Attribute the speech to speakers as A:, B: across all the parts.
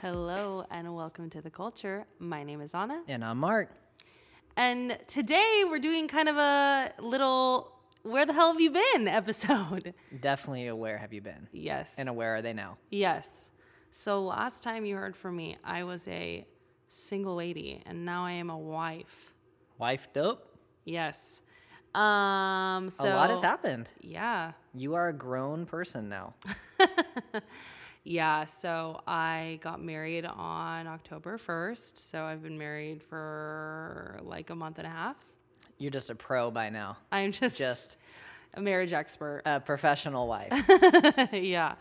A: Hello and welcome to The Culture. My name is Anna.
B: And I'm Mark.
A: And today we're doing kind of a little where the hell have you been episode.
B: Definitely aware have you been?
A: Yes.
B: And aware are they now?
A: Yes. So last time you heard from me, I was a single lady and now I am a wife.
B: Wife dope?
A: Yes. Um so
B: a lot has happened.
A: Yeah.
B: You are a grown person now.
A: Yeah, so I got married on October 1st. So I've been married for like a month and a half.
B: You're just a pro by now.
A: I'm just,
B: Just
A: a marriage expert.
B: a professional wife.
A: yeah.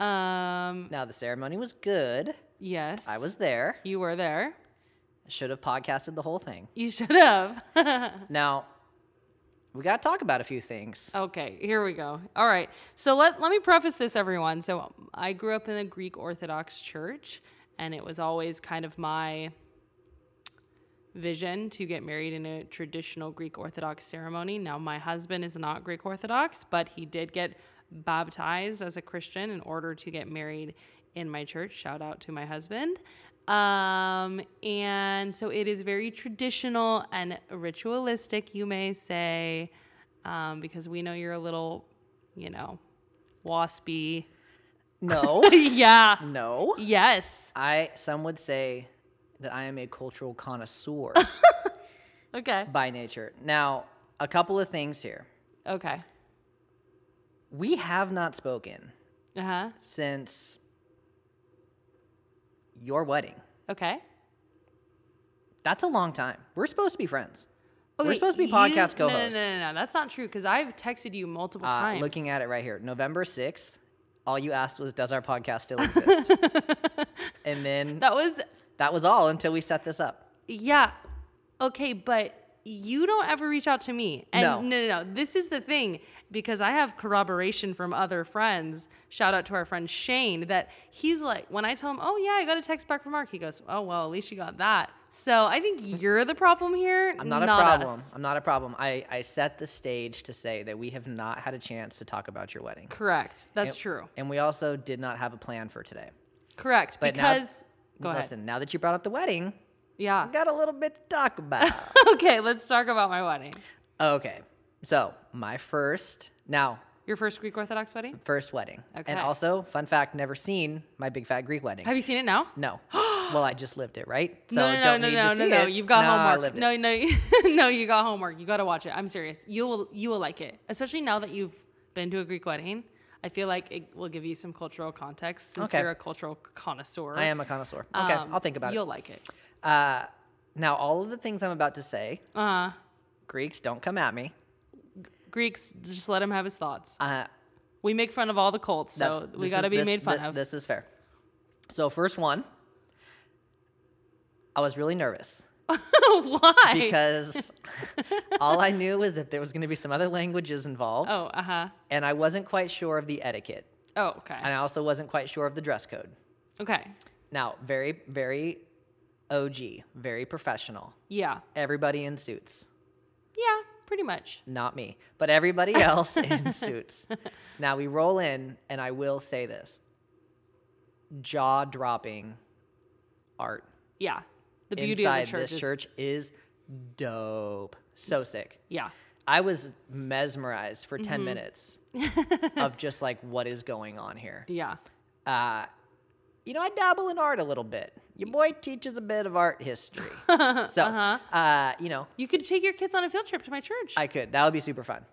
A: Um,
B: now the ceremony was good.
A: yes.
B: I was there.
A: You were there.
B: Should have podcasted the whole thing.
A: You should have.
B: Now we got to talk about a few things.
A: okay, here we go. All right. So let, let me preface this, everyone. So I grew up in a Greek Orthodox church, and it was always kind of my vision to get married in a traditional Greek Orthodox ceremony. Now, my husband is not Greek Orthodox, but he did get baptized as a Christian in order to get married in my church. Shout out to my husband. Um, and so it is very traditional and ritualistic, you may say, um, because we know you're a little, you know, waspy.
B: No.
A: yeah.
B: no.
A: Yes.
B: I some would say that I am a cultural connoisseur
A: Okay.
B: by nature. Now, a couple of things here.
A: Okay.
B: We have not spoken
A: Uh huh.
B: since your wedding.
A: Okay.
B: That's a long time. We're supposed to be friends. We're
A: Okay,
B: supposed to be
A: you-
B: podcast
A: no,
B: co-hosts.
A: No, no, no, no, that's not true because I've texted you multiple
B: Uh,
A: times.
B: looking at it right here, November sixth. All you asked was, "Does our podcast still exist?" and then that-,
A: that was
B: was all until we set this up.
A: yeah, okay, but you don't ever reach out to me. And
B: No.
A: no, no, no. This is the thing because I have corroboration from other friends. Shout out to our friend Shane that he's like when I tell him, "Oh yeah, I got a text back from Mark," he goes, "Oh well, at least you got that." So I think you're the problem here.
B: I'm not, a problem.
A: us.
B: I'm not a problem. I, I set the stage to say that we have not had a chance to talk about your wedding.
A: Correct. That's
B: And-
A: true.
B: And we also did not have a plan for today.
A: Correct.
B: But now-
A: because go ahead.
B: Listen, now that you brought up the wedding,
A: Yeah.
B: we got a little bit to talk about.
A: okay, let's talk about my wedding.
B: okay. So, my first, now,
A: Your first Greek Orthodox wedding?
B: first wedding.
A: Okay.
B: And also, fun fact, never seen my big fat Greek wedding.
A: Have you seen it now?
B: no. well, I just lived it, right? So
A: no, no,
B: don't
A: no,
B: need
A: no,
B: to
A: no,
B: see
A: no, no.
B: it.
A: You've got
B: No, I
A: homework.
B: lived it.
A: No, no, no. You got homework. You got to watch it. I'm serious. You will, you will like it, especially now that you've been to a Greek wedding. I feel like it will give you some cultural context since
B: Okay.
A: you're a cultural connoisseur.
B: I am a connoisseur. Okay,
A: Um,
B: I'll think about
A: You'll
B: it.
A: like it.
B: Uh, now, all of the things I'm about to say,
A: Uh,
B: Greeks, don't come at me.
A: Greeks, just let him have his thoughts.
B: Uh,
A: We make fun of all the cults, so
B: That's-
A: we
B: this
A: got to
B: is-
A: be
B: this-
A: made fun
B: thi-
A: of.
B: This is fair. So first one, I was really nervous
A: Why?
B: because all I knew was that there was going to be some other languages involved,
A: oh, uh huh.
B: and I wasn't quite sure of the etiquette,
A: Oh, okay.
B: and I also wasn't quite sure of the dress code.
A: Okay.
B: Now, very, very OG, very professional.
A: Yeah.
B: Everybody in suits,
A: Yeah. Pretty much.
B: not me, but everybody else in suits. Now we roll in, and I will say this: jaw-dropping art.
A: Yeah. The beauty
B: inside
A: of the church
B: this
A: is
B: church is dope. So sick.
A: yeah.
B: I was mesmerized for
A: Mm-hmm.
B: 10 minutes of just like what is going on here.
A: Yeah.
B: Uh, you know, I dabble in art a little bit. Your boy teaches a bit of art history. so,
A: Uh-huh.
B: uh, you know,
A: You could take your kids on a field trip to my church.
B: I could. That would be super fun.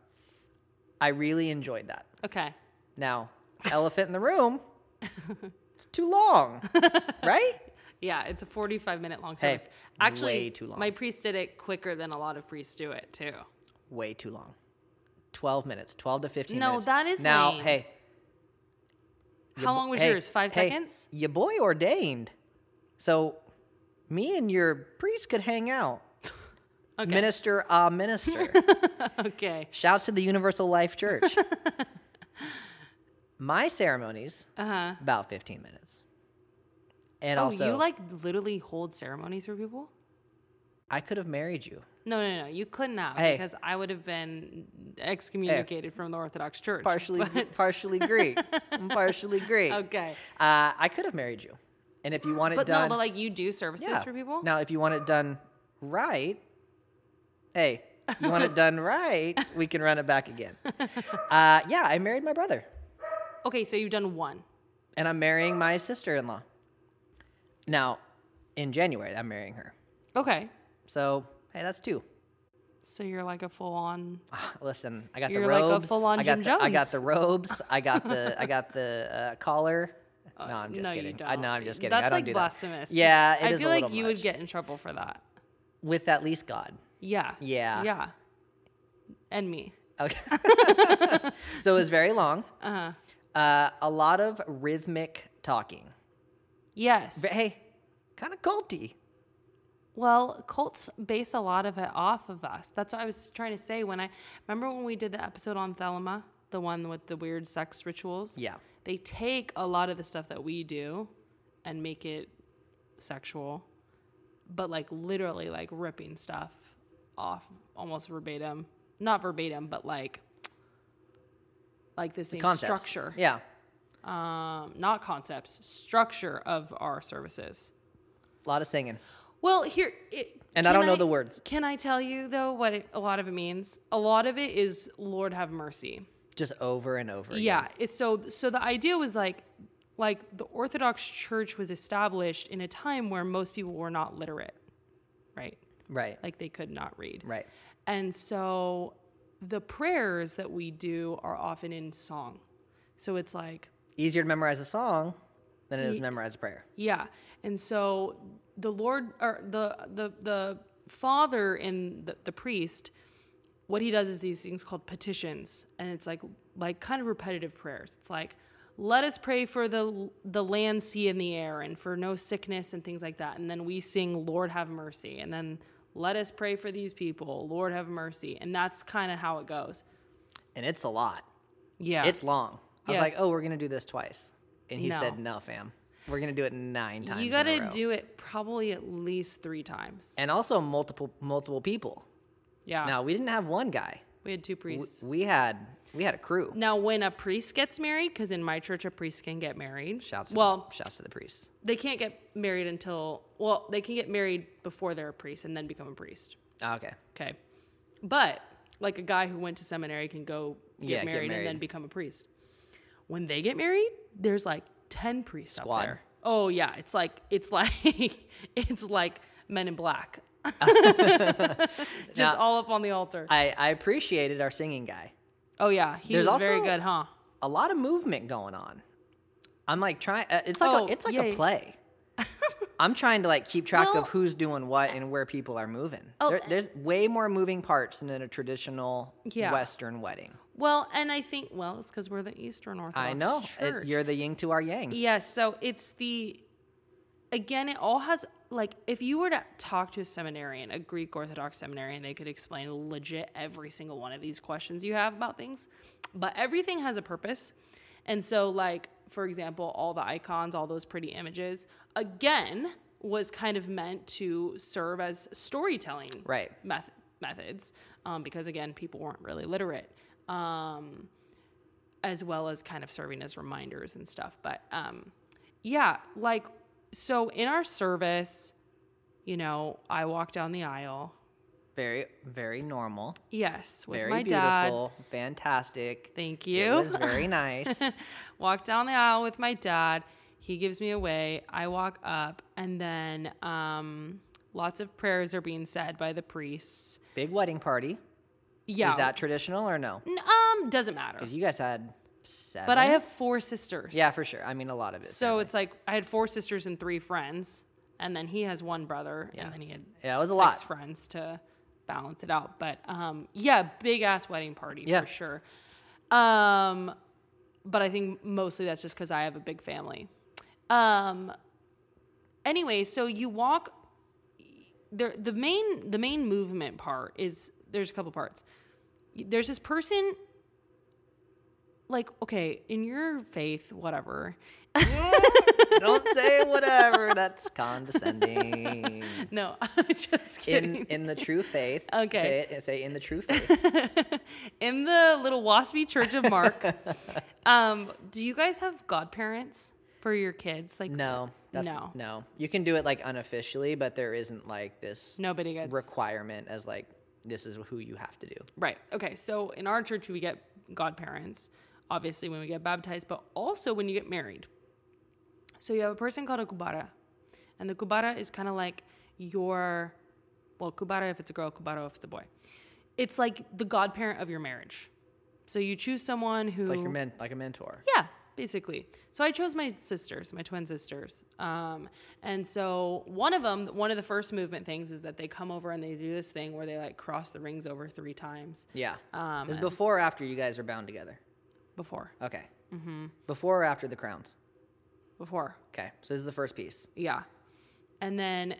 B: I really enjoyed that.
A: okay.
B: Now, elephant in the room. It's too long, right?
A: Yeah, it's a 45 minute long
B: Hey,
A: service. Actually,
B: way too long.
A: my priest did it quicker than a lot of priests do it too.
B: way too long. 12 minutes, 12 to 15
A: No,
B: minutes.
A: that is
B: Now,
A: lame.
B: hey.
A: How
B: your bo-
A: long was
B: hey,
A: yours? Five
B: hey,
A: seconds?
B: Your boy ordained. So me and your priest could hang out.
A: Okay.
B: Minister, ah, minister.
A: okay.
B: Shouts to the Universal Life Church. My ceremonies,
A: Uh huh.
B: about 15 minutes. And
A: Oh,
B: also,
A: you like literally hold ceremonies for people?
B: I could have married you.
A: No, no, no. You couldn't have
B: Hey.
A: because I would have been excommunicated from the Orthodox Church.
B: Partially,
A: but-
B: partially Greek. I'm partially Greek.
A: okay.
B: Uh, I could have married you. And if you want it
A: But no,
B: done,
A: but like you do services
B: yeah.
A: for people.
B: Now, if you want it done right, hey, you want it done right, we can run it back again. Uh, yeah, I married my brother,
A: Okay, so you've done one.
B: and I'm marrying my sister-in-law. Now, in January, I'm marrying her.
A: Okay,
B: So hey, that's two.
A: so you're like a full on.
B: Ah, Listen, I got the
A: You're like a
B: robes.
A: full-on
B: I got
A: Jim
B: the, I got
A: Jones.
B: the robes. I got the I got the uh, collar. No, I'm just
A: Uh, no,
B: kidding.
A: you don't.
B: I know I'm just kidding.
A: That's
B: I don't
A: like
B: do that.
A: blasphemous.
B: Yeah, it
A: I
B: is
A: feel
B: a
A: like
B: little
A: you
B: much.
A: would get in trouble for that.
B: with at least God.
A: Yeah.
B: Yeah.
A: Yeah. And me.
B: Okay. so it was very long.
A: Uh huh.
B: Uh, a lot of rhythmic talking.
A: Yes.
B: But hey, kind of culty.
A: Well, cults base a lot of it off of us. That's what I was trying to say when I remember when we did the episode on Thelma, the one with the weird sex rituals.
B: Yeah.
A: They take a lot of the stuff that we do and make it sexual, but like literally like ripping stuff off almost verbatim. Not verbatim, but like like the same
B: Concepts.
A: structure.
B: Yeah.
A: Um, not concepts, structure of our services.
B: A lot of singing.
A: Well, here it,
B: And I
A: can
B: don't know the words.
A: Can I tell you though what it, a lot of it means? A lot of it is "Lord have mercy."
B: Just over and over. again.
A: Yeah, it's so so the idea was like like the Orthodox Church was established in a time where most people were not literate, right?
B: Right.
A: Like they could not read.
B: right.
A: And so the prayers that we do are often in song. So it's like
B: Easier to memorize a song than it is
A: Ye-
B: to memorize a prayer.
A: Yeah. And so the Lord or the the the father and the, the priest, what he does is these things called petitions. And it's like like kind of repetitive prayers. It's like, let us pray for the the land, sea, and the air, and for no sickness and things like that. And then we sing, Lord have mercy. And then let us pray for these people, Lord have mercy. And that's kind of how it goes.
B: And it's a lot.
A: Yeah.
B: It's long. I was like,
A: Yes.
B: oh, we're going to do this twice. And he
A: No.
B: said, no, fam. We're going to do it nine times.
A: you
B: got
A: gotta
B: to
A: do it probably at least three times.
B: And also multiple multiple people.
A: Yeah.
B: Now, we didn't have one guy.
A: we had two
B: W-
A: priests.
B: We had we had a crew.
A: Now, when a priest gets married, because in my church a priest can get married.
B: Shouts to the-
A: well,
B: shouts to the priests.
A: they can't get married until well, they can get married before they're a priest and then become a priest.
B: Ah, okay.
A: Okay, but like a guy who went to seminary can go get,
B: Yeah, get
A: married, and then
B: married.
A: become a priest. When they get married, there's like ten priests
B: Squad.
A: out there. Oh yeah, it's like it's like it's like Men in Black, just
B: Now-
A: all up on the altar.
B: I, I appreciated our singing guy.
A: oh yeah, he was
B: There's
A: very
B: also-
A: good, huh?
B: A lot of movement going on. I'm like trying. Uh, it's like
A: Oh,
B: a, it's like
A: yeah,
B: a
A: yeah.
B: play. I'm trying to like keep track
A: Well-
B: of who's doing what and where people are moving.
A: Oh,
B: There,
A: and-
B: there's way more moving parts than in a traditional
A: Yeah.
B: Western wedding.
A: Well, and I think well, it's because we're the Eastern Orthodox.
B: I know It-
A: Church. E
B: you're the yin to our yang.
A: Yes, so it's the again, it all has like if you were to talk to a seminarian, a Greek Orthodox seminarian, they could explain legit every single one of these questions you have about things. But everything has a purpose. And so like for example, all the icons, all those pretty images, again, was kind of meant to serve as storytelling
B: Right.
A: meth- methods um, because again people weren't really literate um, as well as kind of serving as reminders and stuff but um, yeah like so in our service you know i walk down the aisle
B: Very very normal.
A: yes with
B: Very
A: my dad
B: beautiful. Fantastic.
A: thank
B: It
A: you
B: was very nice.
A: walk down the aisle with my dad. He gives me away. I walk up, and then um, lots of prayers are being said by the priests.
B: Big wedding party.
A: Yeah,
B: Is that traditional or no?
A: N- um doesn't matter.
B: 'Cause you guys had seven.
A: But I have four sisters.
B: Yeah, for sure. I mean, a lot of it.
A: so it's like I had four sisters and three friends, and then he has one brother, and then he had
B: Yeah, it was a
A: six
B: lot.
A: friends to balance it out. But um, yeah, big ass wedding party
B: Yeah.
A: for sure. Um, but I think mostly that's just because I have a big family. Um, anyway, so you walk. The the main the main movement part is there's a couple parts. There's this person. Like okay, in your faith, whatever.
B: Don't say whatever. That's condescending.
A: No, I'm just kidding.
B: In in the true faith.
A: Okay.
B: Say, it- say in the true faith.
A: in the little waspy church of Mark. um, do you guys have godparents? for your kids. Like
B: No, that's
A: No.
B: no. You can do it like unofficially, but there isn't like this
A: nobody gets
B: requirement as like this is who you have to do.
A: Right. Okay. So in our church, we get godparents, obviously, when we get baptized, but also when you get married. So you have a person called a kubara, and the kubara is kind of like your, well, kubara if it's a girl, kubara if it's a boy. It's like the godparent of your marriage. So you choose someone who,
B: Like your men, like a mentor.
A: yeah, basically. So I chose my sisters, my twin sisters. Um, and so one of them, one of the first movement things is that they come over and they do this thing where they like cross the rings over three times
B: Yeah.
A: Um,
B: Because before or after you guys are bound together.
A: before
B: Okay. Mm-hmm. Before or after the crowns.
A: before
B: Okay. So this is the first piece.
A: yeah and then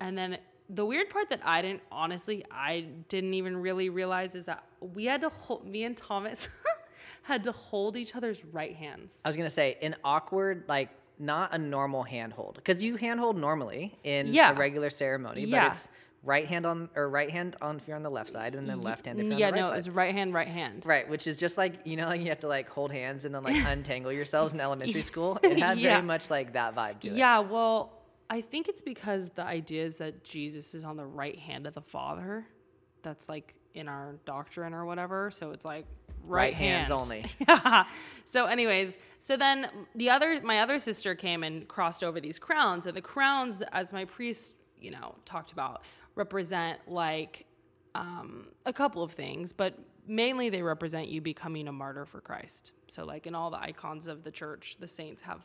A: and then the weird part that i didn't honestly i didn't even really realize is that we had to hold me and thomas had to hold each other's right hands
B: I was gonna say an awkward, like not a normal handhold, because you handhold normally in
A: Yeah.
B: a regular ceremony,
A: Yeah.
B: but it's right hand on or right hand on if you're on the left side, and then left hand if you're on
A: yeah
B: the right
A: no
B: side.
A: it was right hand right hand
B: Right, which is just like you know, like you have to like hold hands and then like untangle yourselves in elementary school. It had
A: Yeah.
B: very much like that vibe to it.
A: yeah well i think it's because the idea is that jesus is on the right hand of the father that's like in our doctrine or whatever so it's like right,
B: Right hands
A: hand.
B: only.
A: yeah. So, anyways, so then the other, my other sister came and crossed over these crowns, and the crowns, as my priest, you know, talked about, represent like um, a couple of things, but mainly they represent you becoming a martyr for Christ. So, like in all the icons of the church, the saints have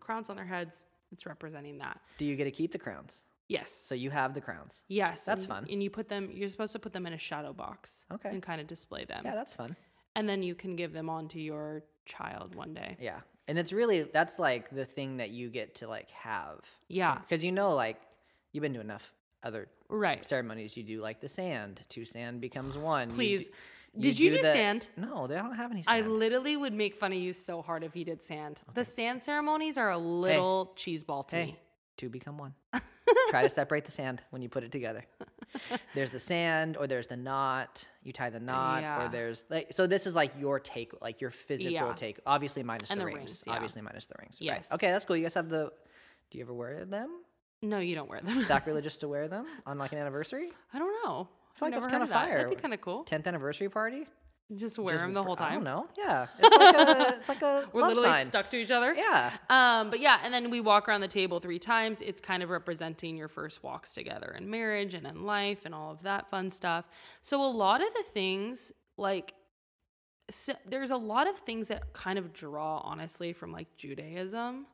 A: crowns on their heads. It's representing that.
B: Do you get to keep the crowns?
A: Yes.
B: So you have the crowns.
A: yes.
B: that's
A: and-
B: fun.
A: And you put them. You're supposed to put them in a shadow box.
B: Okay.
A: And kind of display them.
B: Yeah, that's fun.
A: And then you can give them on to your child one day.
B: Yeah, and it's really that's like the thing that you get to like have.
A: Yeah.
B: because you know, like you've been to enough other
A: Right.
B: ceremonies. You do like the sand. Two sand becomes one. You
A: Please.
B: d-
A: Did you do
B: the-
A: sand?
B: No, they don't have any
A: I
B: sand.
A: literally would make fun of you so hard if you did sand. The sand ceremonies are a little cheese ball to me.
B: hey, two become one. Try to separate the sand when you put it together. There's the sand, or there's the knot. You tie the knot,
A: Yeah.
B: or there's like. So this is like your take, like your physical
A: Yeah.
B: take. Obviously minus
A: And
B: the,
A: the
B: rings.
A: rings, yeah.
B: Obviously minus the rings.
A: Yes.
B: Right. Okay, that's cool. You guys have the. Do you ever wear them?
A: No, you don't wear them.
B: Sacrilegious to wear them on like an anniversary,
A: I don't know. I
B: feel like that's kinda
A: That'd be
B: fire.
A: kind of cool.
B: tenth anniversary party.
A: Just wear
B: Just
A: them the
B: for-
A: whole
B: I
A: time.
B: don't know. Yeah, it's like a, it's like a
A: We're
B: love
A: literally
B: sign.
A: stuck to each other.
B: Yeah.
A: Um, but yeah, and then we walk around the table three times. It's kind of representing your first walks together in marriage and in life and all of that fun stuff. So a lot of the things, like, s there's a lot of things that kind of draw, honestly, from like Judaism.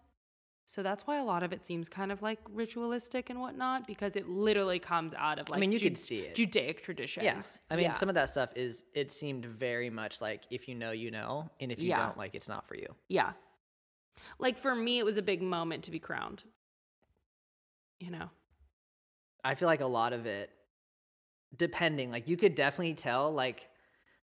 A: So that's why a lot of it seems kind of like ritualistic and whatnot because it literally comes out of like
B: mean, you
A: Ju-
B: could see it.
A: Judaic traditions.
B: Yeah. I mean,
A: Yeah.
B: some of that stuff is, it seemed very much like if you know, you know. And if you
A: Yeah.
B: don't, like, it's not for you.
A: Yeah. Like for me, it was a big moment to be crowned. You know.
B: I feel like a lot of it, depending, like, you could definitely tell, like,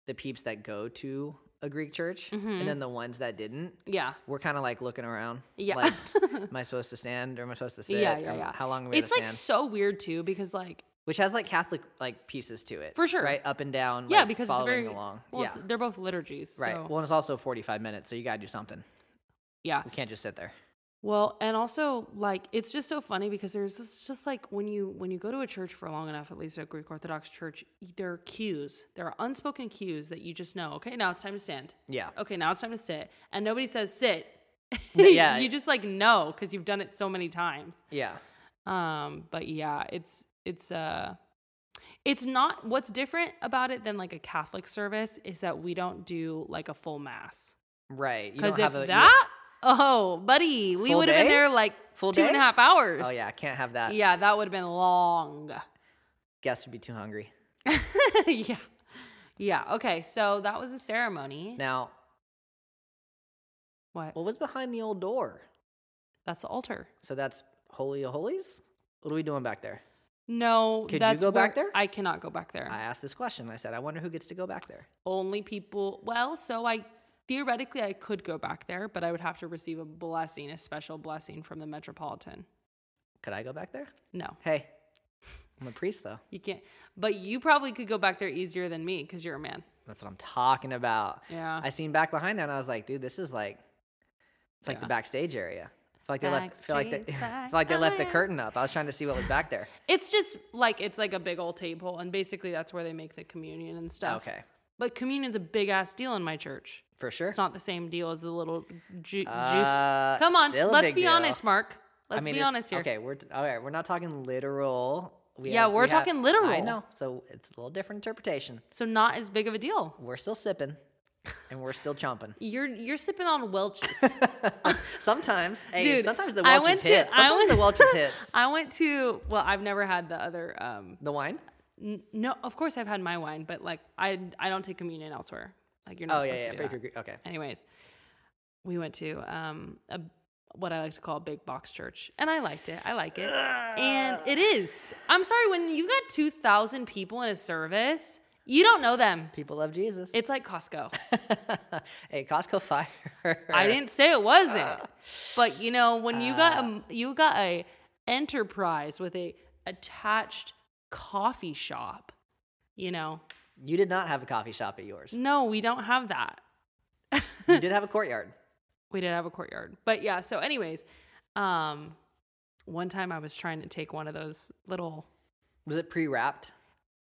B: the peeps that go to a Greek church
A: Mhm.
B: and then the ones that didn't.
A: Yeah.
B: We're kind of like looking around.
A: Yeah.
B: Like, am I supposed to stand or am I supposed to sit?
A: Yeah, yeah,
B: Am-
A: yeah.
B: How long are we
A: It's
B: gonna
A: like
B: stand?
A: so weird too because like
B: Which has like Catholic like pieces to it.
A: For sure.
B: Right? Up and down.
A: yeah
B: like,
A: because it's
B: following
A: very
B: along.
A: Well,
B: yeah.
A: it's, they're both liturgies.
B: Right.
A: So,
B: Well, and it's also 45 minutes, so you got to do something.
A: yeah.
B: You can't just sit there.
A: Well, and also like it's just so funny because there's this, just like when you when you go to a church for long enough, at least a Greek Orthodox church, there are cues. There are unspoken cues that you just know. Okay, now it's time to stand.
B: Yeah.
A: Okay, now it's time to sit, and nobody says sit.
B: Yeah.
A: you just like know because you've done it so many times.
B: Yeah.
A: Um, but yeah, it's it's uh it's not what's different about it than like a Catholic service is that we don't do like a full mass.
B: Right. you don't
A: Because if
B: have a- you don't-
A: that oh, buddy, we
B: Full
A: would have been
B: day?
A: there like
B: Full
A: two and
B: day?
A: a half hours.
B: Oh yeah, I can't have that.
A: Yeah, that would have been long.
B: Guests would be too hungry.
A: yeah. Yeah. Okay. So that was a ceremony.
B: Now,
A: what?
B: what was behind the old door?
A: That's the altar.
B: So that's holy of holies. What are we doing back there?
A: No,
B: Could you
A: that's
B: go
A: where-
B: back there?
A: I cannot go back there.
B: I asked this question. I said, I wonder who gets to go back there.
A: only people well so i theoretically i could go back there but i would have to receive a blessing a special blessing from the metropolitan
B: Could I go back there?
A: no
B: Hey, I'm a priest though.
A: you can't but you probably could go back there easier than me because you're a man
B: That's what I'm talking about.
A: yeah
B: I seen back behind there and I was like, dude, this is like, It's like the
A: Yeah.
B: backstage area. I feel like they left. Feel like they,
A: Backstage,
B: feel like they left the
A: backstage.
B: curtain up. I was trying to see what was back there.
A: It's just like it's like a big old table, and basically that's where they make the communion and stuff.
B: Okay,
A: But communion's a big ass deal in my church.
B: for sure.
A: It's not the same deal as the little ju-
B: Uh,
A: juice. Come on,
B: still a
A: let's
B: big
A: be
B: deal.
A: honest, Mark. Let's be
B: it's-
A: honest here.
B: Okay, we're t- all right. We're not talking literal. We
A: Yeah, we're
B: we
A: talking literal.
B: I know. So it's a little different interpretation.
A: So not as big of a deal.
B: We're still sipping, and we're still chomping.
A: You're you're sipping on Welch's.
B: sometimes, hey,
A: Dude,
B: sometimes the
A: I
B: Welch's
A: went to-
B: hits.
A: I
B: Sometimes
A: went-
B: the Welch's hits.
A: I went to well, I've never had the other. Um,
B: The wine.
A: n- no, of course I've had my wine, but like I I don't take communion elsewhere. Like you're not
B: Oh yeah,
A: supposed
B: yeah.
A: to
B: for
A: do
B: if
A: that.
B: you're gr- okay.
A: Anyways, we went to um a what I like to call a big box church, and I liked it. I like it, and it is. I'm sorry when you got two thousand people in a service, you don't know them.
B: People love Jesus.
A: It's like Costco.
B: hey, Costco fire.
A: I didn't say it wasn't.
B: Uh,
A: but you know, when you got a, you got a enterprise with a attached coffee shop, you know.
B: You did not have a coffee shop at yours.
A: No, we don't have that.
B: you did have a courtyard.
A: We did have a courtyard. But yeah, so anyways, um one time I was trying to take one of those little
B: Was it pre-wrapped?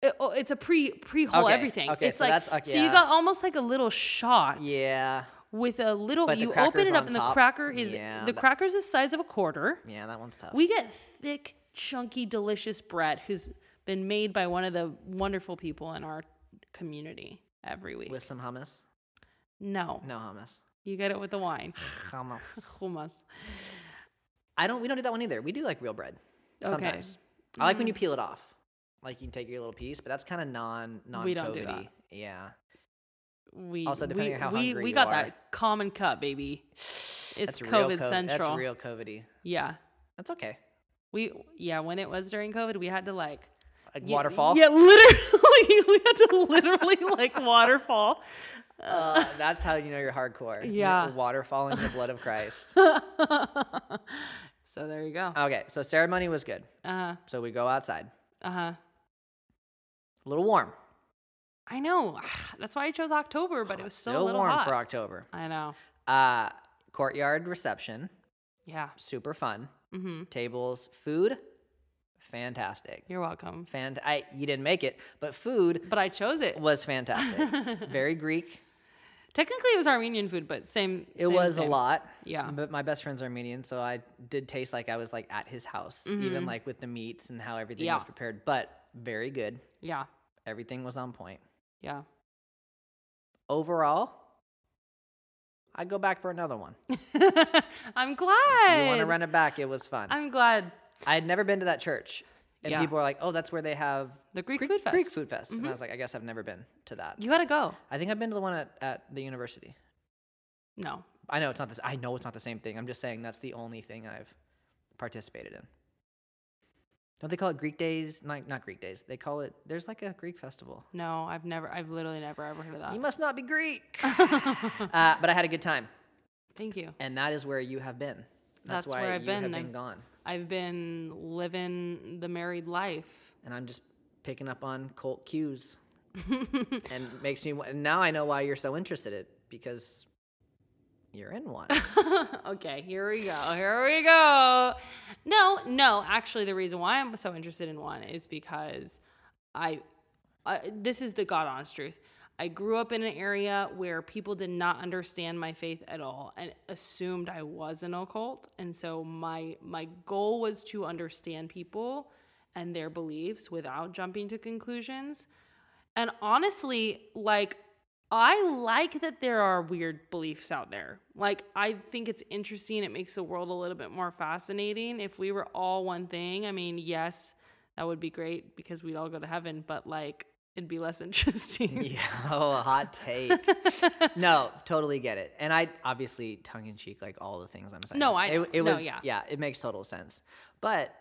A: it- oh, it's a pre pre hole
B: Okay,
A: everything.
B: okay,
A: it's
B: so
A: like
B: that's- okay,
A: so you
B: yeah.
A: got almost like a little shot
B: Yeah.
A: with a little
B: But the
A: you open
B: cracker's
A: it up
B: on
A: and the
B: top.
A: cracker is
B: Yeah,
A: the
B: that-
A: cracker's the size of a quarter.
B: Yeah, that one's tough.
A: We get thick, chunky, delicious bread who's been made by one of the wonderful people in our community every week.
B: With some hummus.
A: no,
B: No hummus.
A: you get it with the wine.
B: Hummus.
A: Hummus.
B: I don't. We don't do that one either. We do like real bread.
A: Okay. Mm.
B: Sometimes. I like when you peel it off. Like you can take your little piece, but that's kind of non non
A: We don't do that.
B: COVID-y. Yeah.
A: We
B: Also, depending
A: we,
B: on how
A: we,
B: hungry
A: we
B: you
A: got
B: are.
A: that common cut, baby. It's
B: that's real
A: COVID
B: co-
A: central.
B: That's real COVIDy.
A: Yeah.
B: That's okay.
A: We yeah, when it was during COVID, we had to like
B: Like
A: y-
B: waterfall.
A: Yeah, literally, we had to literally like waterfall.
B: Uh, that's how you know you're hardcore. You're
A: Yeah.
B: Waterfall in the blood of Christ.
A: So there you go.
B: okay. So ceremony was good.
A: Uh huh.
B: So we go outside.
A: Uh huh.
B: A little warm.
A: I know. That's why I chose October, but it was still, a
B: Ah, Still
A: little
B: warm
A: hot.
B: for October.
A: I know.
B: Uh, courtyard reception.
A: Yeah.
B: Super fun.
A: Mm-hmm.
B: Tables, food, fantastic.
A: You're welcome.
B: Fan- I, you didn't make it, but food
A: But I chose it.
B: was fantastic. Very Greek.
A: Technically, it was Armenian food, but same.
B: It
A: same-
B: was
A: same.
B: a lot.
A: Yeah.
B: But my best friend's Armenian, so I did taste like I was like at his house, even like with the meats and how everything
A: Mm-hmm. Yeah.
B: was prepared. But very good.
A: Yeah.
B: Everything was on point.
A: Yeah.
B: Overall, I'd go back for another one.
A: I'm glad.
B: You want to run it back? It was fun.
A: I'm glad.
B: I had never been to that church. And
A: Yeah.
B: people were like, oh, that's where they have
A: The Greek Food Fest. Mm-hmm.
B: Greek Food Fest. And I was like, I guess I've never been to that.
A: You gotta go.
B: I think I've been to the one at, at the university.
A: No.
B: I know it's not this. I know it's not the same thing. I'm just saying that's the only thing I've participated in. Don't they call it Greek Days? Not, not Greek Days. They call it. There's like a Greek festival.
A: No. I've never. I've literally never ever heard of that.
B: You must not be Greek. uh, but I had a good time,
A: Thank you.
B: and that is where you have been. That's,
A: That's
B: why
A: where I've
B: you
A: been.
B: have
A: I'm-
B: been gone.
A: I've been living the married life.
B: And I'm just picking up on cult cues, and makes me. wa- And now I know why you're so interested in it because you're in one.
A: okay, here we go. Here we go. No, no. Actually, the reason why I'm so interested in one is because I, I this is the God honest truth. I grew up in an area where people did not understand my faith at all and assumed I was an occult. And so my my goal was to understand people and their beliefs without jumping to conclusions. And honestly, like I like that there are weird beliefs out there. Like I think it's interesting. It makes the world a little bit more fascinating. If we were all one thing, I mean, yes, that would be great because we'd all go to heaven, but like it'd be less interesting.
B: Yeah, oh, a hot take. no, totally get it. And I obviously tongue in cheek like all the things I'm saying.
A: No, I know.
B: it, it
A: No,
B: was
A: yeah.
B: yeah, it makes total sense. But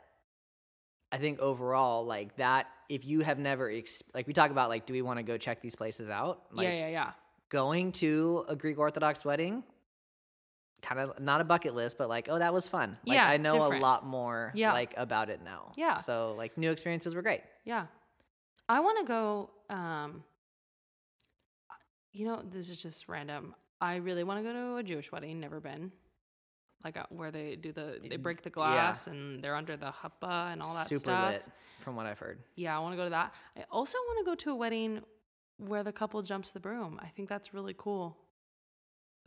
B: I think overall, like that, if you have never ex- like we talk about like, do we want to go check these places out? Like
A: yeah, yeah, yeah.
B: going to a Greek Orthodox wedding, kind of not a bucket list, but like, oh, that was fun. Like
A: Yeah,
B: I know
A: different.
B: a lot more
A: Yeah.
B: like about it now.
A: Yeah.
B: So like new experiences were great.
A: Yeah. I want to go um you know, this is just random. I really want to go to a Jewish wedding, never been. like uh, where they do the they
B: It-
A: break the
B: Mm, yeah.
A: glass and they're under the huppah and all that
B: Super
A: stuff.
B: lit, from what I've heard.
A: Yeah, I want to go to that. I also want to go to a wedding where the couple jumps the broom. I think that's really cool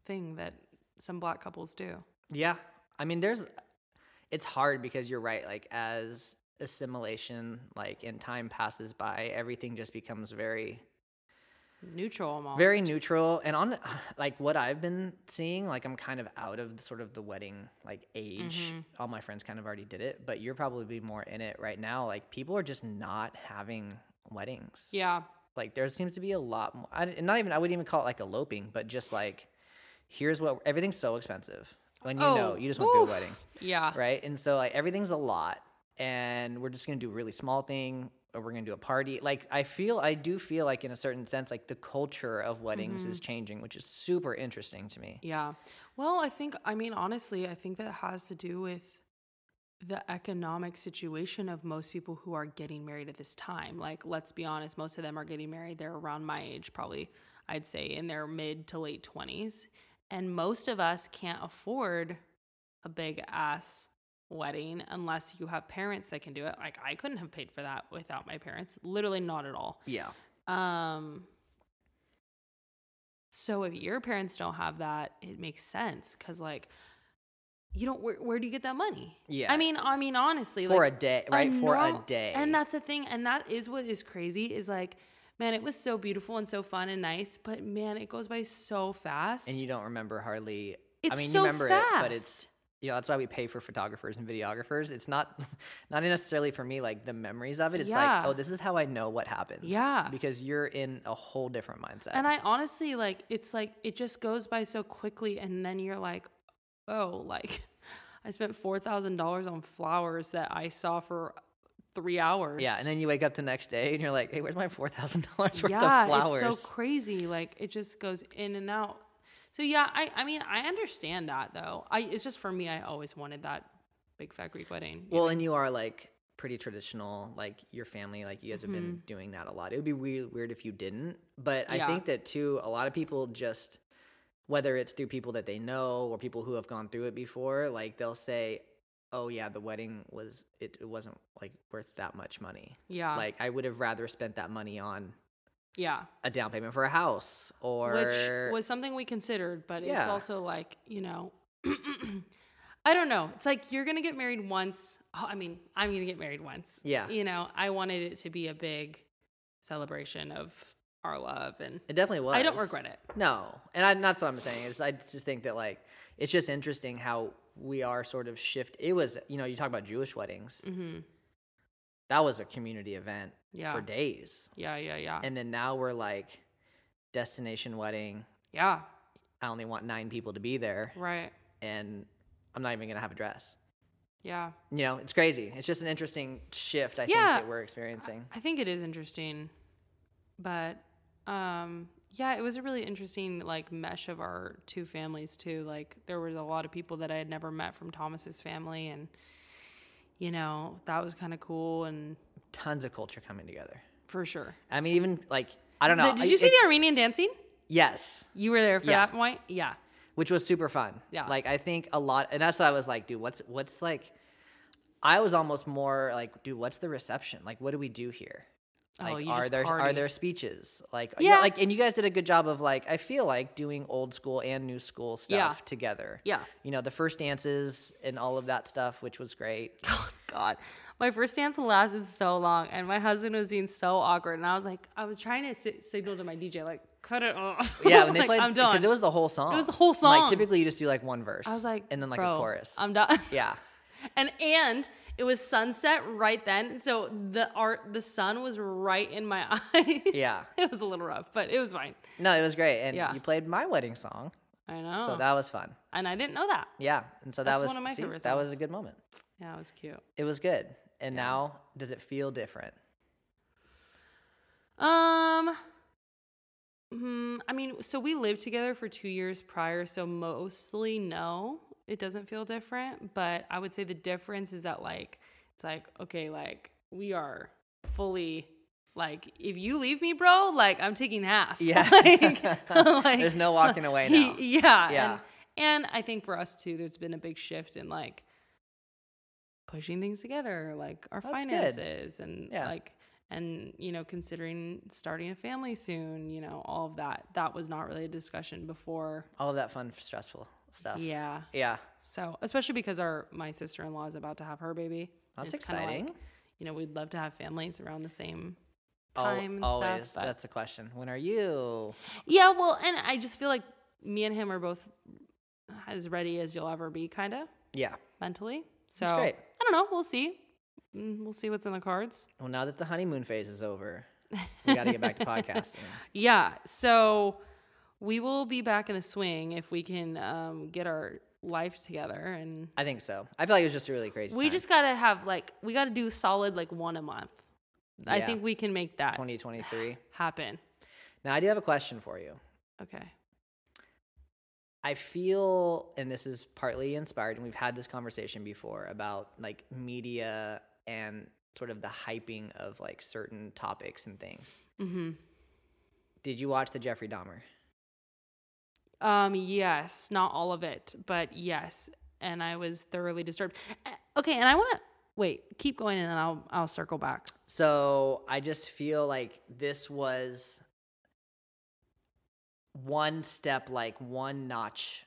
A: thing that some black couples do.
B: Yeah. I mean, there's, it's hard because you're right. Like, as assimilation, like, and time passes by, everything just becomes very,
A: Neutral almost.
B: very neutral. And on, like, what I've been seeing, like, I'm kind of out of sort of the wedding, like, age.
A: Mhm.
B: All my friends kind of already did it, but you're probably more in it right now. Like, people are just not having weddings.
A: Yeah.
B: like there seems to be a lot more I, and not even i wouldn't even call it like eloping but just like here's what everything's so expensive when you know
A: Oh,
B: you just went through a
A: oof.
B: wedding
A: Yeah.
B: right and so like everything's a lot and we're just gonna do a really small thing or we're gonna do a party like i feel i do feel like in a certain sense like the culture of weddings
A: Mm-hmm.
B: is changing which is super interesting to me
A: Yeah. Well, I think, I mean, honestly, I think that has to do with the economic situation of most people who are getting married at this time. Like, let's be honest, most of them are getting married. They're around my age, probably, I'd say in their mid to late 20s. And most of us can't afford a big ass wedding unless you have parents that can do it. Like, I couldn't have paid for that without my parents, literally, not at all.
B: yeah
A: Um so if your parents don't have that, it makes sense cuz like you don't where, where do you get that money?
B: Yeah.
A: I mean, I mean honestly,
B: for
A: like
B: a day right for a
A: norm-
B: day
A: And that's the thing and that is what is crazy is like man, it was so beautiful and so fun and nice, but man, it goes by so fast.
B: and you don't remember hardly
A: it's
B: i mean
A: so
B: you remember
A: fast.
B: it but it's you know that's why we pay for photographers and videographers it's not not necessarily for me like the memories of it it's
A: Yeah.
B: like oh this is how i know what happened
A: Yeah.
B: because you're in a whole different mindset
A: And I honestly like it's like it just goes by so quickly and then you're like, "Oh, like I spent $4,000 on flowers that I saw for 3 hours."
B: yeah and then you wake up the next day and you're like hey where's my $4000 worth
A: yeah,
B: of flowers
A: it's so crazy. Like it just goes in and out. So yeah, I I mean, I understand that though. I it's just for me I always wanted that big fat Greek wedding.
B: well and you are like pretty traditional like your family like you guys have been doing that a lot it would be weird, weird if you didn't but i
A: Mm-hmm. Yeah.
B: think that too a lot of people just whether it's through people that they know or people who have gone through it before like they'll say oh yeah the wedding was it, it wasn't like worth that much money
A: yeah.
B: like i would have rather spent that money on
A: yeah.
B: a down payment for a house or
A: which was something we considered, but it's
B: Yeah.
A: also like you know, I don't know. It's like you're gonna get married once. Oh, I mean, I'm gonna get married once.
B: Yeah.
A: you know, I wanted it to be a big celebration of our love, and
B: it definitely was
A: I don't regret it.
B: No, and I, that's what I'm saying. Is I just think that like it's just interesting how we are sort of shift. It was you know you talk about Jewish weddings.
A: Mm-hmm.
B: That was a community event
A: Yeah.
B: for days,
A: yeah, yeah, yeah,
B: and then now we're like destination wedding.
A: yeah.
B: I only want nine people to be there,
A: Right.
B: and I'm not even gonna have a dress.
A: Yeah.
B: You know, it's crazy. It's just an interesting shift. I
A: Yeah.
B: think that we're experiencing.
A: I think it is interesting, but um, yeah, it was a really interesting like mesh of our two families too. Like there was a lot of people that I had never met from Thomas's family, and you know that was kind of cool and
B: Tons of culture coming together.
A: for sure.
B: I mean, even like I don't know.
A: Did you see
B: it-
A: the Armenian dancing?
B: Yes.
A: You were there for
B: Yeah.
A: that point. Yeah,
B: which was super fun.
A: Yeah.
B: Like I think a lot, and that's what I was like, dude, what's what's like? I was almost more like, dude, what's the reception? Like, what do we do here?
A: Oh,
B: Like,
A: you
B: are
A: just
B: there
A: party.
B: are there speeches? Like,
A: Yeah.
B: yeah, like, and you guys did a good job of like, I feel like doing old school and new school stuff
A: Yeah.
B: together.
A: Yeah.
B: you know, the first dances and all of that stuff, which was great.
A: Oh, God. My first dance lasted so long, and my husband was being so awkward. And I was like, I was trying to si- signal to my DJ, like, cut it off.
B: Yeah, when they
A: Like,
B: played
A: I'm done.
B: because it was the whole song. It
A: was the whole
B: Like
A: song.
B: typically, you just do like one verse.
A: I was like,
B: and then like
A: "Bro,
B: a chorus.
A: I'm done.
B: yeah,
A: and and it was sunset right then, so the art the sun was right in my eyes.
B: Yeah.
A: it was a little rough, but it was fine.
B: no, it was great, and
A: Yeah. Uh-huh.
B: you played my wedding song,
A: I know,
B: so that was fun.
A: and I didn't know that.
B: Yeah, and so that
A: That's
B: was
A: one of my
B: see,
A: favorite
B: that was a
A: songs.
B: good moment.
A: Yeah, it was cute.
B: It was good. And now, does it feel different?
A: Um, hmm, I mean, so we lived together for two years prior, so mostly no, it doesn't feel different. But I would say the difference is that like it's like okay, like we are fully. Like if you leave me, bro, like I'm taking half.
B: Yeah.
A: like,
B: There's no walking away now.
A: Yeah.
B: Yeah.
A: And, And I think for us too, there's been a big shift in like pushing things together, like our
B: That's good.
A: finances and
B: Yeah.
A: like and you know considering starting a family soon, you know, all of that. That was not really a discussion before.
B: All of that fun, stressful stuff. Yeah.
A: Yeah. So, especially because our my sister-in-law is about to have her baby. and
B: That's
A: it's kinda like,
B: exciting.
A: you know, we'd love to have families around the same
B: Al-
A: time and
B: always.
A: stuff. but-
B: That's the question. When are you?
A: yeah, well, and I just feel like me and him are both as ready as you'll ever be, kind of
B: Yeah.
A: mentally. So
B: That's great.
A: I don't know. We'll see. Mm, We'll see what's in the cards.
B: Well, now that the honeymoon phase is over, we got to get back to podcasting.
A: Yeah. So we will be back in the swing if we can um, get our life together, and
B: I think so. I feel like it was just a really crazy.
A: we
B: time.
A: just gotta have like we gotta do solid like one a month. I
B: Yeah.
A: think we can make that
B: 2023.
A: happen.
B: Now I do have a question for you.
A: Okay.
B: I feel, and this is partly inspired, and we've had this conversation before about like media and sort of the hyping of like certain topics and things.
A: Mm-hmm.
B: Did you watch the Jeffrey Dahmer?
A: Um, yes, not all of it, but yes. And I was thoroughly disturbed. Eh, Okay, and I want to wait. Keep going, and then I'll I'll circle back.
B: So I just feel like this was one step, like one notch,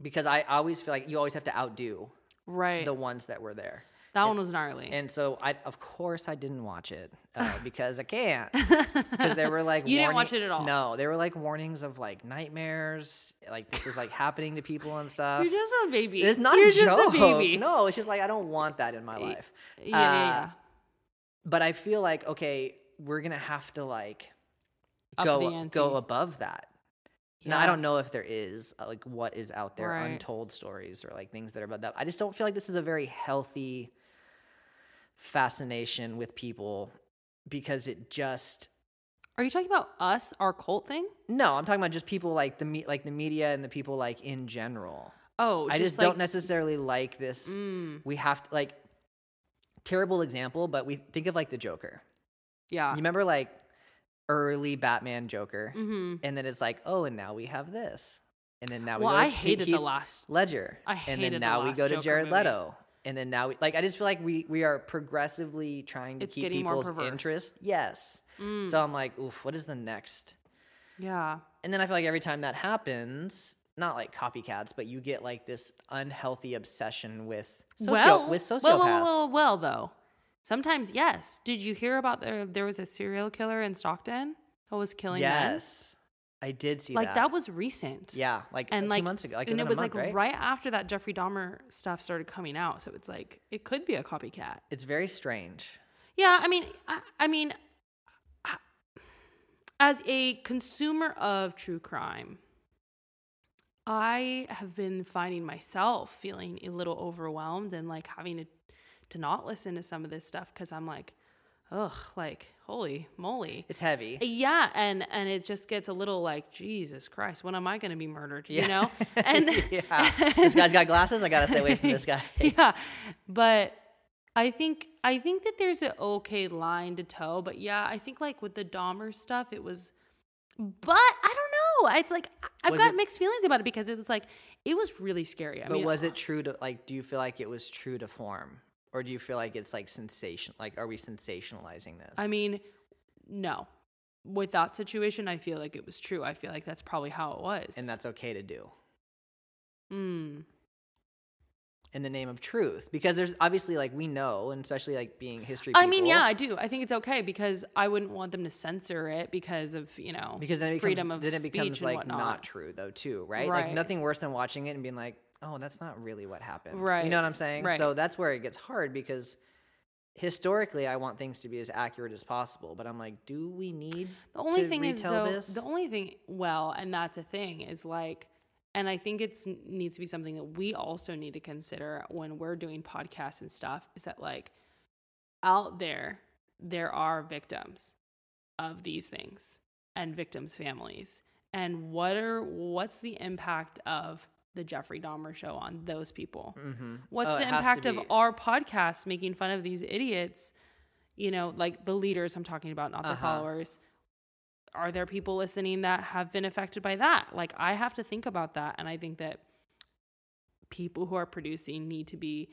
B: because I always feel like you always have to outdo
A: Right.
B: the ones that were there.
A: that one was gnarly.
B: And so I, of course, I didn't watch it uh, because I can't. because there were like
A: You didn't watch it at all?
B: No, there were like warnings of like nightmares, like this is like happening to people and stuff.
A: You're just a baby.
B: it's not
A: You're
B: a joke.
A: just a baby.
B: No, Uh, it's just like I don't want that in my life.
A: Yeah, yeah,
B: But I feel like okay, we're gonna have to like
A: Up the
B: go
A: ante.
B: go above that.
A: yeah.
B: Now I don't know if there is uh, like what is out there,
A: Right.
B: untold stories or like things that are about that. I just don't feel like this is a very healthy fascination with people because it just
A: Are you talking about us, our cult thing?
B: No, I'm talking about just people like the me- like the media and the people like in general.
A: Oh,
B: I just
A: like,
B: don't necessarily like this.
A: Mm,
B: We have to like terrible example, but we think of like the Joker.
A: yeah.
B: You remember like early Batman Joker,
A: mm-hmm.
B: and then it's like oh, and now we have this, and then now we
A: Well,
B: go
A: I
B: to
A: hated
B: Heath
A: the last.
B: Ledger,
A: I
B: and
A: hated the
B: then now we
A: last
B: go to
A: Joker
B: Jared
A: movie.
B: Leto, and then now we like I just feel like we we are progressively trying to
A: It's
B: keep
A: getting more
B: people's
A: perverse.
B: interest. Yes,
A: Mm,
B: so I'm like oof, what is the next?
A: yeah.
B: And then I feel like every time that happens, not like copycats, but you get like this unhealthy obsession with socio-
A: well,
B: with sociopaths.
A: Well, well, well, well, though. Sometimes, yes. Did you hear about there? There was a serial killer in Stockton who was killing men.
B: yes, I did see
A: like
B: that.
A: that. was recent.
B: yeah, like
A: and
B: two
A: like
B: months ago, like
A: and
B: within
A: it
B: a
A: was
B: month,
A: like
B: right?
A: after that Jeffrey Dahmer stuff started coming out. So it's like it could be a copycat.
B: It's very strange.
A: Yeah, I mean, I, I mean, I- as a consumer of true crime, I have been finding myself feeling a little overwhelmed and like having to to not listen to some of this stuff because I'm like, ugh, like holy moly.
B: It's heavy.
A: Yeah, and and it just gets a little like Jesus Christ, when am I going to be murdered? You know, and
B: yeah, this guy's got glasses. I gotta stay away from this guy.
A: yeah but i think i think that there's an okay line to toe but yeah i think like with the dahmer stuff it was but i don't know it's like I- i've
B: Was
A: got
B: it-
A: mixed feelings about it because it was like it was really scary i
B: But
A: mean
B: was it true to like? Do you feel like it was true to form, or do you feel like it's like sensation? Like, are we sensationalizing this?
A: i mean no with that situation i feel like it was true i feel like that's probably how it was
B: and that's okay to do.
A: mm,
B: in the name of truth because there's obviously like we know and especially like being history people,
A: i mean yeah i do i think it's okay because i wouldn't want them to censor it because of you know
B: because then it becomes,
A: freedom of
B: then it
A: speech
B: becomes
A: and
B: like
A: whatnot.
B: not true though too right?
A: Right.
B: like nothing worse than watching it and being like oh that's not really what happened you
A: Right.
B: know what i'm saying
A: Right.
B: so that's where it gets hard because historically i want things to be as accurate as possible but i'm like do we need
A: The only
B: to
A: thing is
B: retell
A: though,
B: this?
A: the only thing well, and that's a thing is like and I think it's needs to be something that we also need to consider when we're doing podcasts and stuff is that like out there there are victims of these things and victims' families. And what are what's the impact of the Jeffrey Dahmer show on those people?
B: mm-hmm.
A: What's the impact of our podcast making fun of these idiots? You know, like the leaders I'm talking about, not the
B: Uh-huh.
A: followers. Are there people listening that have been affected by that? Like, I have to think about that. And I think that people who are producing need to be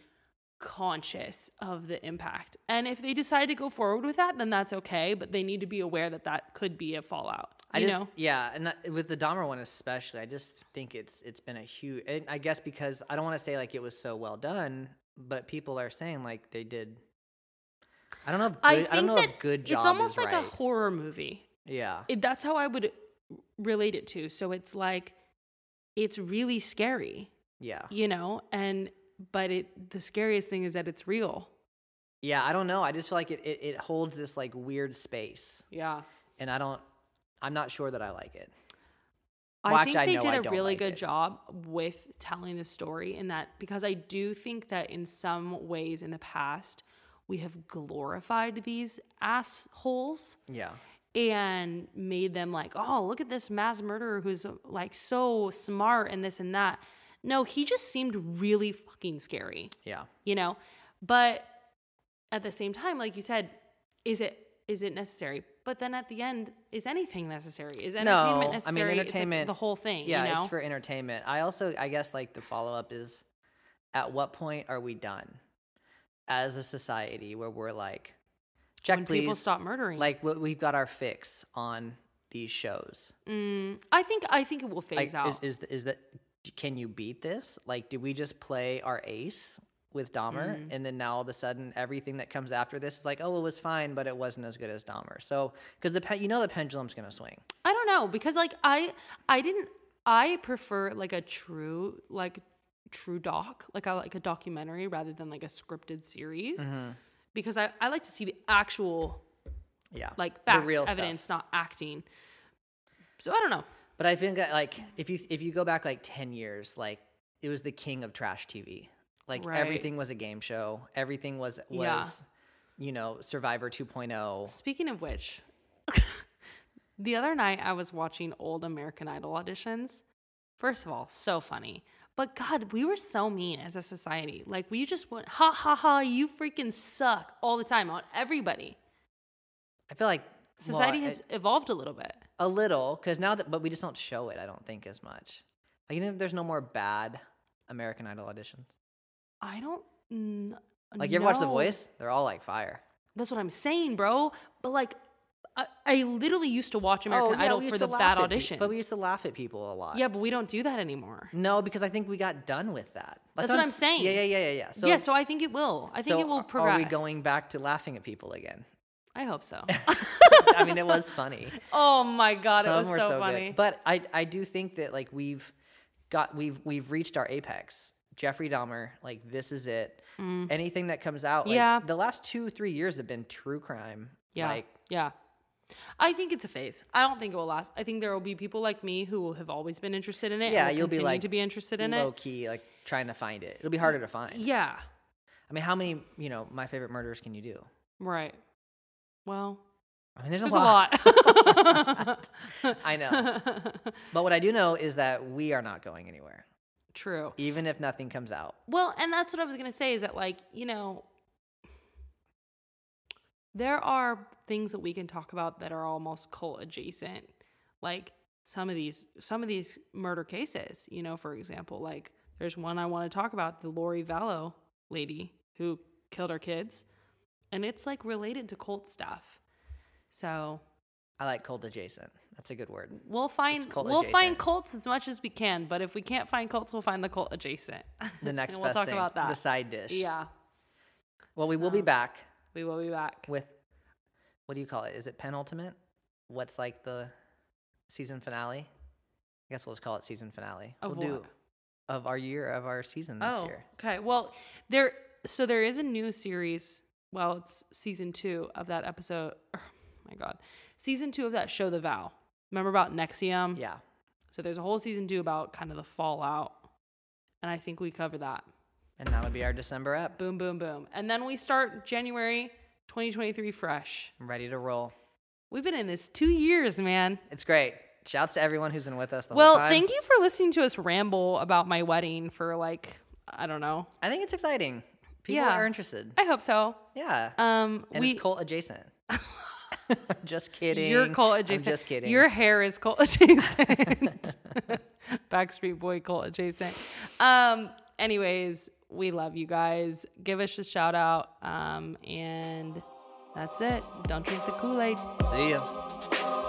A: conscious of the impact. And if they decide to go forward with that, then that's okay, but they need to be aware that that could be a fallout.
B: I
A: you
B: just
A: know?
B: yeah, and that, with the Dahmer one especially, I just think it's it's been a huge. And I guess because I don't want to say like it was so well done, but people are saying like they did. I don't know. If good, I,
A: I think
B: don't know
A: that
B: if good job
A: it's almost
B: is
A: like
B: right.
A: a horror movie.
B: yeah.
A: It, that's how I would relate it to. So it's like it's really scary,
B: Yeah.
A: you know, and but it the scariest thing is that it's real.
B: Yeah. I don't know. I just feel like it, it it holds this like weird space,
A: Yeah.
B: and I don't. I'm not sure that I like it.
A: I
B: Well,
A: think
B: actually, I
A: they
B: know
A: did
B: I
A: a
B: don't
A: really
B: like
A: good
B: it.
A: job with telling the story in that because I do think that in some ways in the past we have glorified these assholes
B: Yeah.
A: and made them like, oh, look at this mass murderer who's like so smart and this and that. No, he just seemed really fucking scary
B: Yeah.
A: you know but at the same time like you said is it is it necessary but then at the end is anything necessary is
B: I
A: entertainment
B: mean,
A: necessary It's, like,
B: entertainment-
A: the whole thing
B: Yeah.
A: you know
B: It's for entertainment. I also I guess like the follow up is, at what point are we done, as a society where we're like, check
A: when
B: please.
A: people stop murdering
B: Like we- we've got our fix on these shows.
A: Mm, i think i think it will phase
B: Like,
A: out
B: is is th- is that d- can you beat this? Like, did we just play our ace with Dahmer,
A: Mm-hmm.
B: and then now all of a sudden everything that comes after this is like, oh, it was fine, but it wasn't as good as Dahmer. So because the pe- you know the pendulum's gonna swing.
A: i don't know because like i i didn't i prefer like a true like true doc like i like a documentary rather than like a scripted series
B: Mm-hmm.
A: because I, I like to see the actual
B: Yeah,
A: like
B: the
A: facts
B: real stuff.
A: evidence not acting so i don't know
B: But I think that, like if you if you go back like ten years, like it was the king of trash TV. Like
A: Right.
B: everything was a game show. Everything was
A: Yeah.
B: was you know Survivor oh. 2.0.
A: Speaking of which, the other night I was watching old American Idol auditions. First of all, so funny. But God, we were so mean as a society. Like we just went, ha ha ha, you freaking suck all the time on everybody.
B: I feel like well,
A: Society
B: I-
A: has evolved a little bit.
B: A little, because now that, but we just don't show it. I don't think as much. Like, you think there's no more bad American Idol auditions?
A: I don't. N-
B: Like, you ever watch The
A: know.
B: Voice? They're all like fire.
A: That's what I'm saying, bro. But like, I, I literally used to watch American
B: Oh, yeah,
A: Idol
B: we
A: for
B: used
A: the
B: to laugh
A: bad
B: at pe-
A: auditions.
B: but we used to laugh at people a lot.
A: yeah, but we don't do that anymore.
B: No, because I think we got done with that.
A: That's what I'm
B: s-
A: saying.
B: Yeah, yeah, yeah, yeah, yeah. So,
A: yeah, so I think it will. I think
B: so
A: it will
B: are-
A: progress.
B: Are we going back to laughing at people again?
A: I hope so.
B: I mean, it was funny.
A: Oh my god,
B: Some
A: it was
B: were
A: so,
B: so
A: funny.
B: good. But I, I do think that like we've got we've we've reached our apex. Jeffrey Dahmer, like this is it. Anything that comes out, like,
A: Mm. Yeah.
B: The last two three years have been true crime.
A: yeah,
B: Like
A: yeah. I think it's a phase. I don't think it will last. I think there will be people like me who will have always been interested in it. and
B: Yeah,
A: will
B: you'll be,
A: continue
B: like,
A: to be interested in
B: low
A: it.
B: key, like trying to find it. It'll be harder to find.
A: Yeah,
B: I mean, how many you know my favorite murders can you do?
A: right. Well,
B: I mean, there's,
A: there's
B: a lot. I know. But what I do know is that we are not going anywhere,
A: True.
B: even if nothing comes out.
A: Well, and that's what I was gonna say is that like you know, there are things that we can talk about that are almost cult adjacent, like some of these some of these murder cases. You know, for example, like there's one I want to talk about the Lori Vallow lady who killed her kids, and it's like related to cult stuff. So
B: I like cold adjacent. That's a good word.
A: we'll find
B: cult
A: we'll find
B: adjacent.
A: cults as much as we can, but if we can't find cults, we'll find the cult adjacent.
B: The next
A: and we'll
B: best
A: talk
B: thing,
A: about that.
B: the side dish.
A: yeah,
B: Well, we will be back
A: we will be back.
B: with what do you call it? Is it penultimate? What's like the season finale? I guess we'll just call it season finale.
A: Of
B: we'll
A: what? Oh.
B: do of our year of our season this year.
A: Okay. Well, there. So there is a new series. Well, it's season two of that episode. Oh my God, season two of that show, The Vow. Remember about Nexium?
B: Yeah.
A: So there's a whole season two about kind of the fallout, and I think we cover that.
B: And that'll be our December up.
A: Boom, boom, boom, and then we start January 2023 fresh.
B: I'm ready to roll.
A: We've been in this two years, man.
B: It's great. Shouts to everyone who's been with us the
A: Well,
B: whole time.
A: thank you for listening to us ramble about my wedding for like I don't know.
B: I think it's exciting. People
A: Yeah.
B: are interested.
A: I hope so.
B: Yeah.
A: Um,
B: and
A: we
B: it's cult adjacent. just kidding.
A: You're cult
B: I'm
A: adjacent.
B: just kidding.
A: Your hair is cult adjacent. Backstreet Boy cult adjacent. Um, Anyways, we love you guys. Give us a shout out. Um, and that's it. Don't drink the Kool Aid.
B: See ya.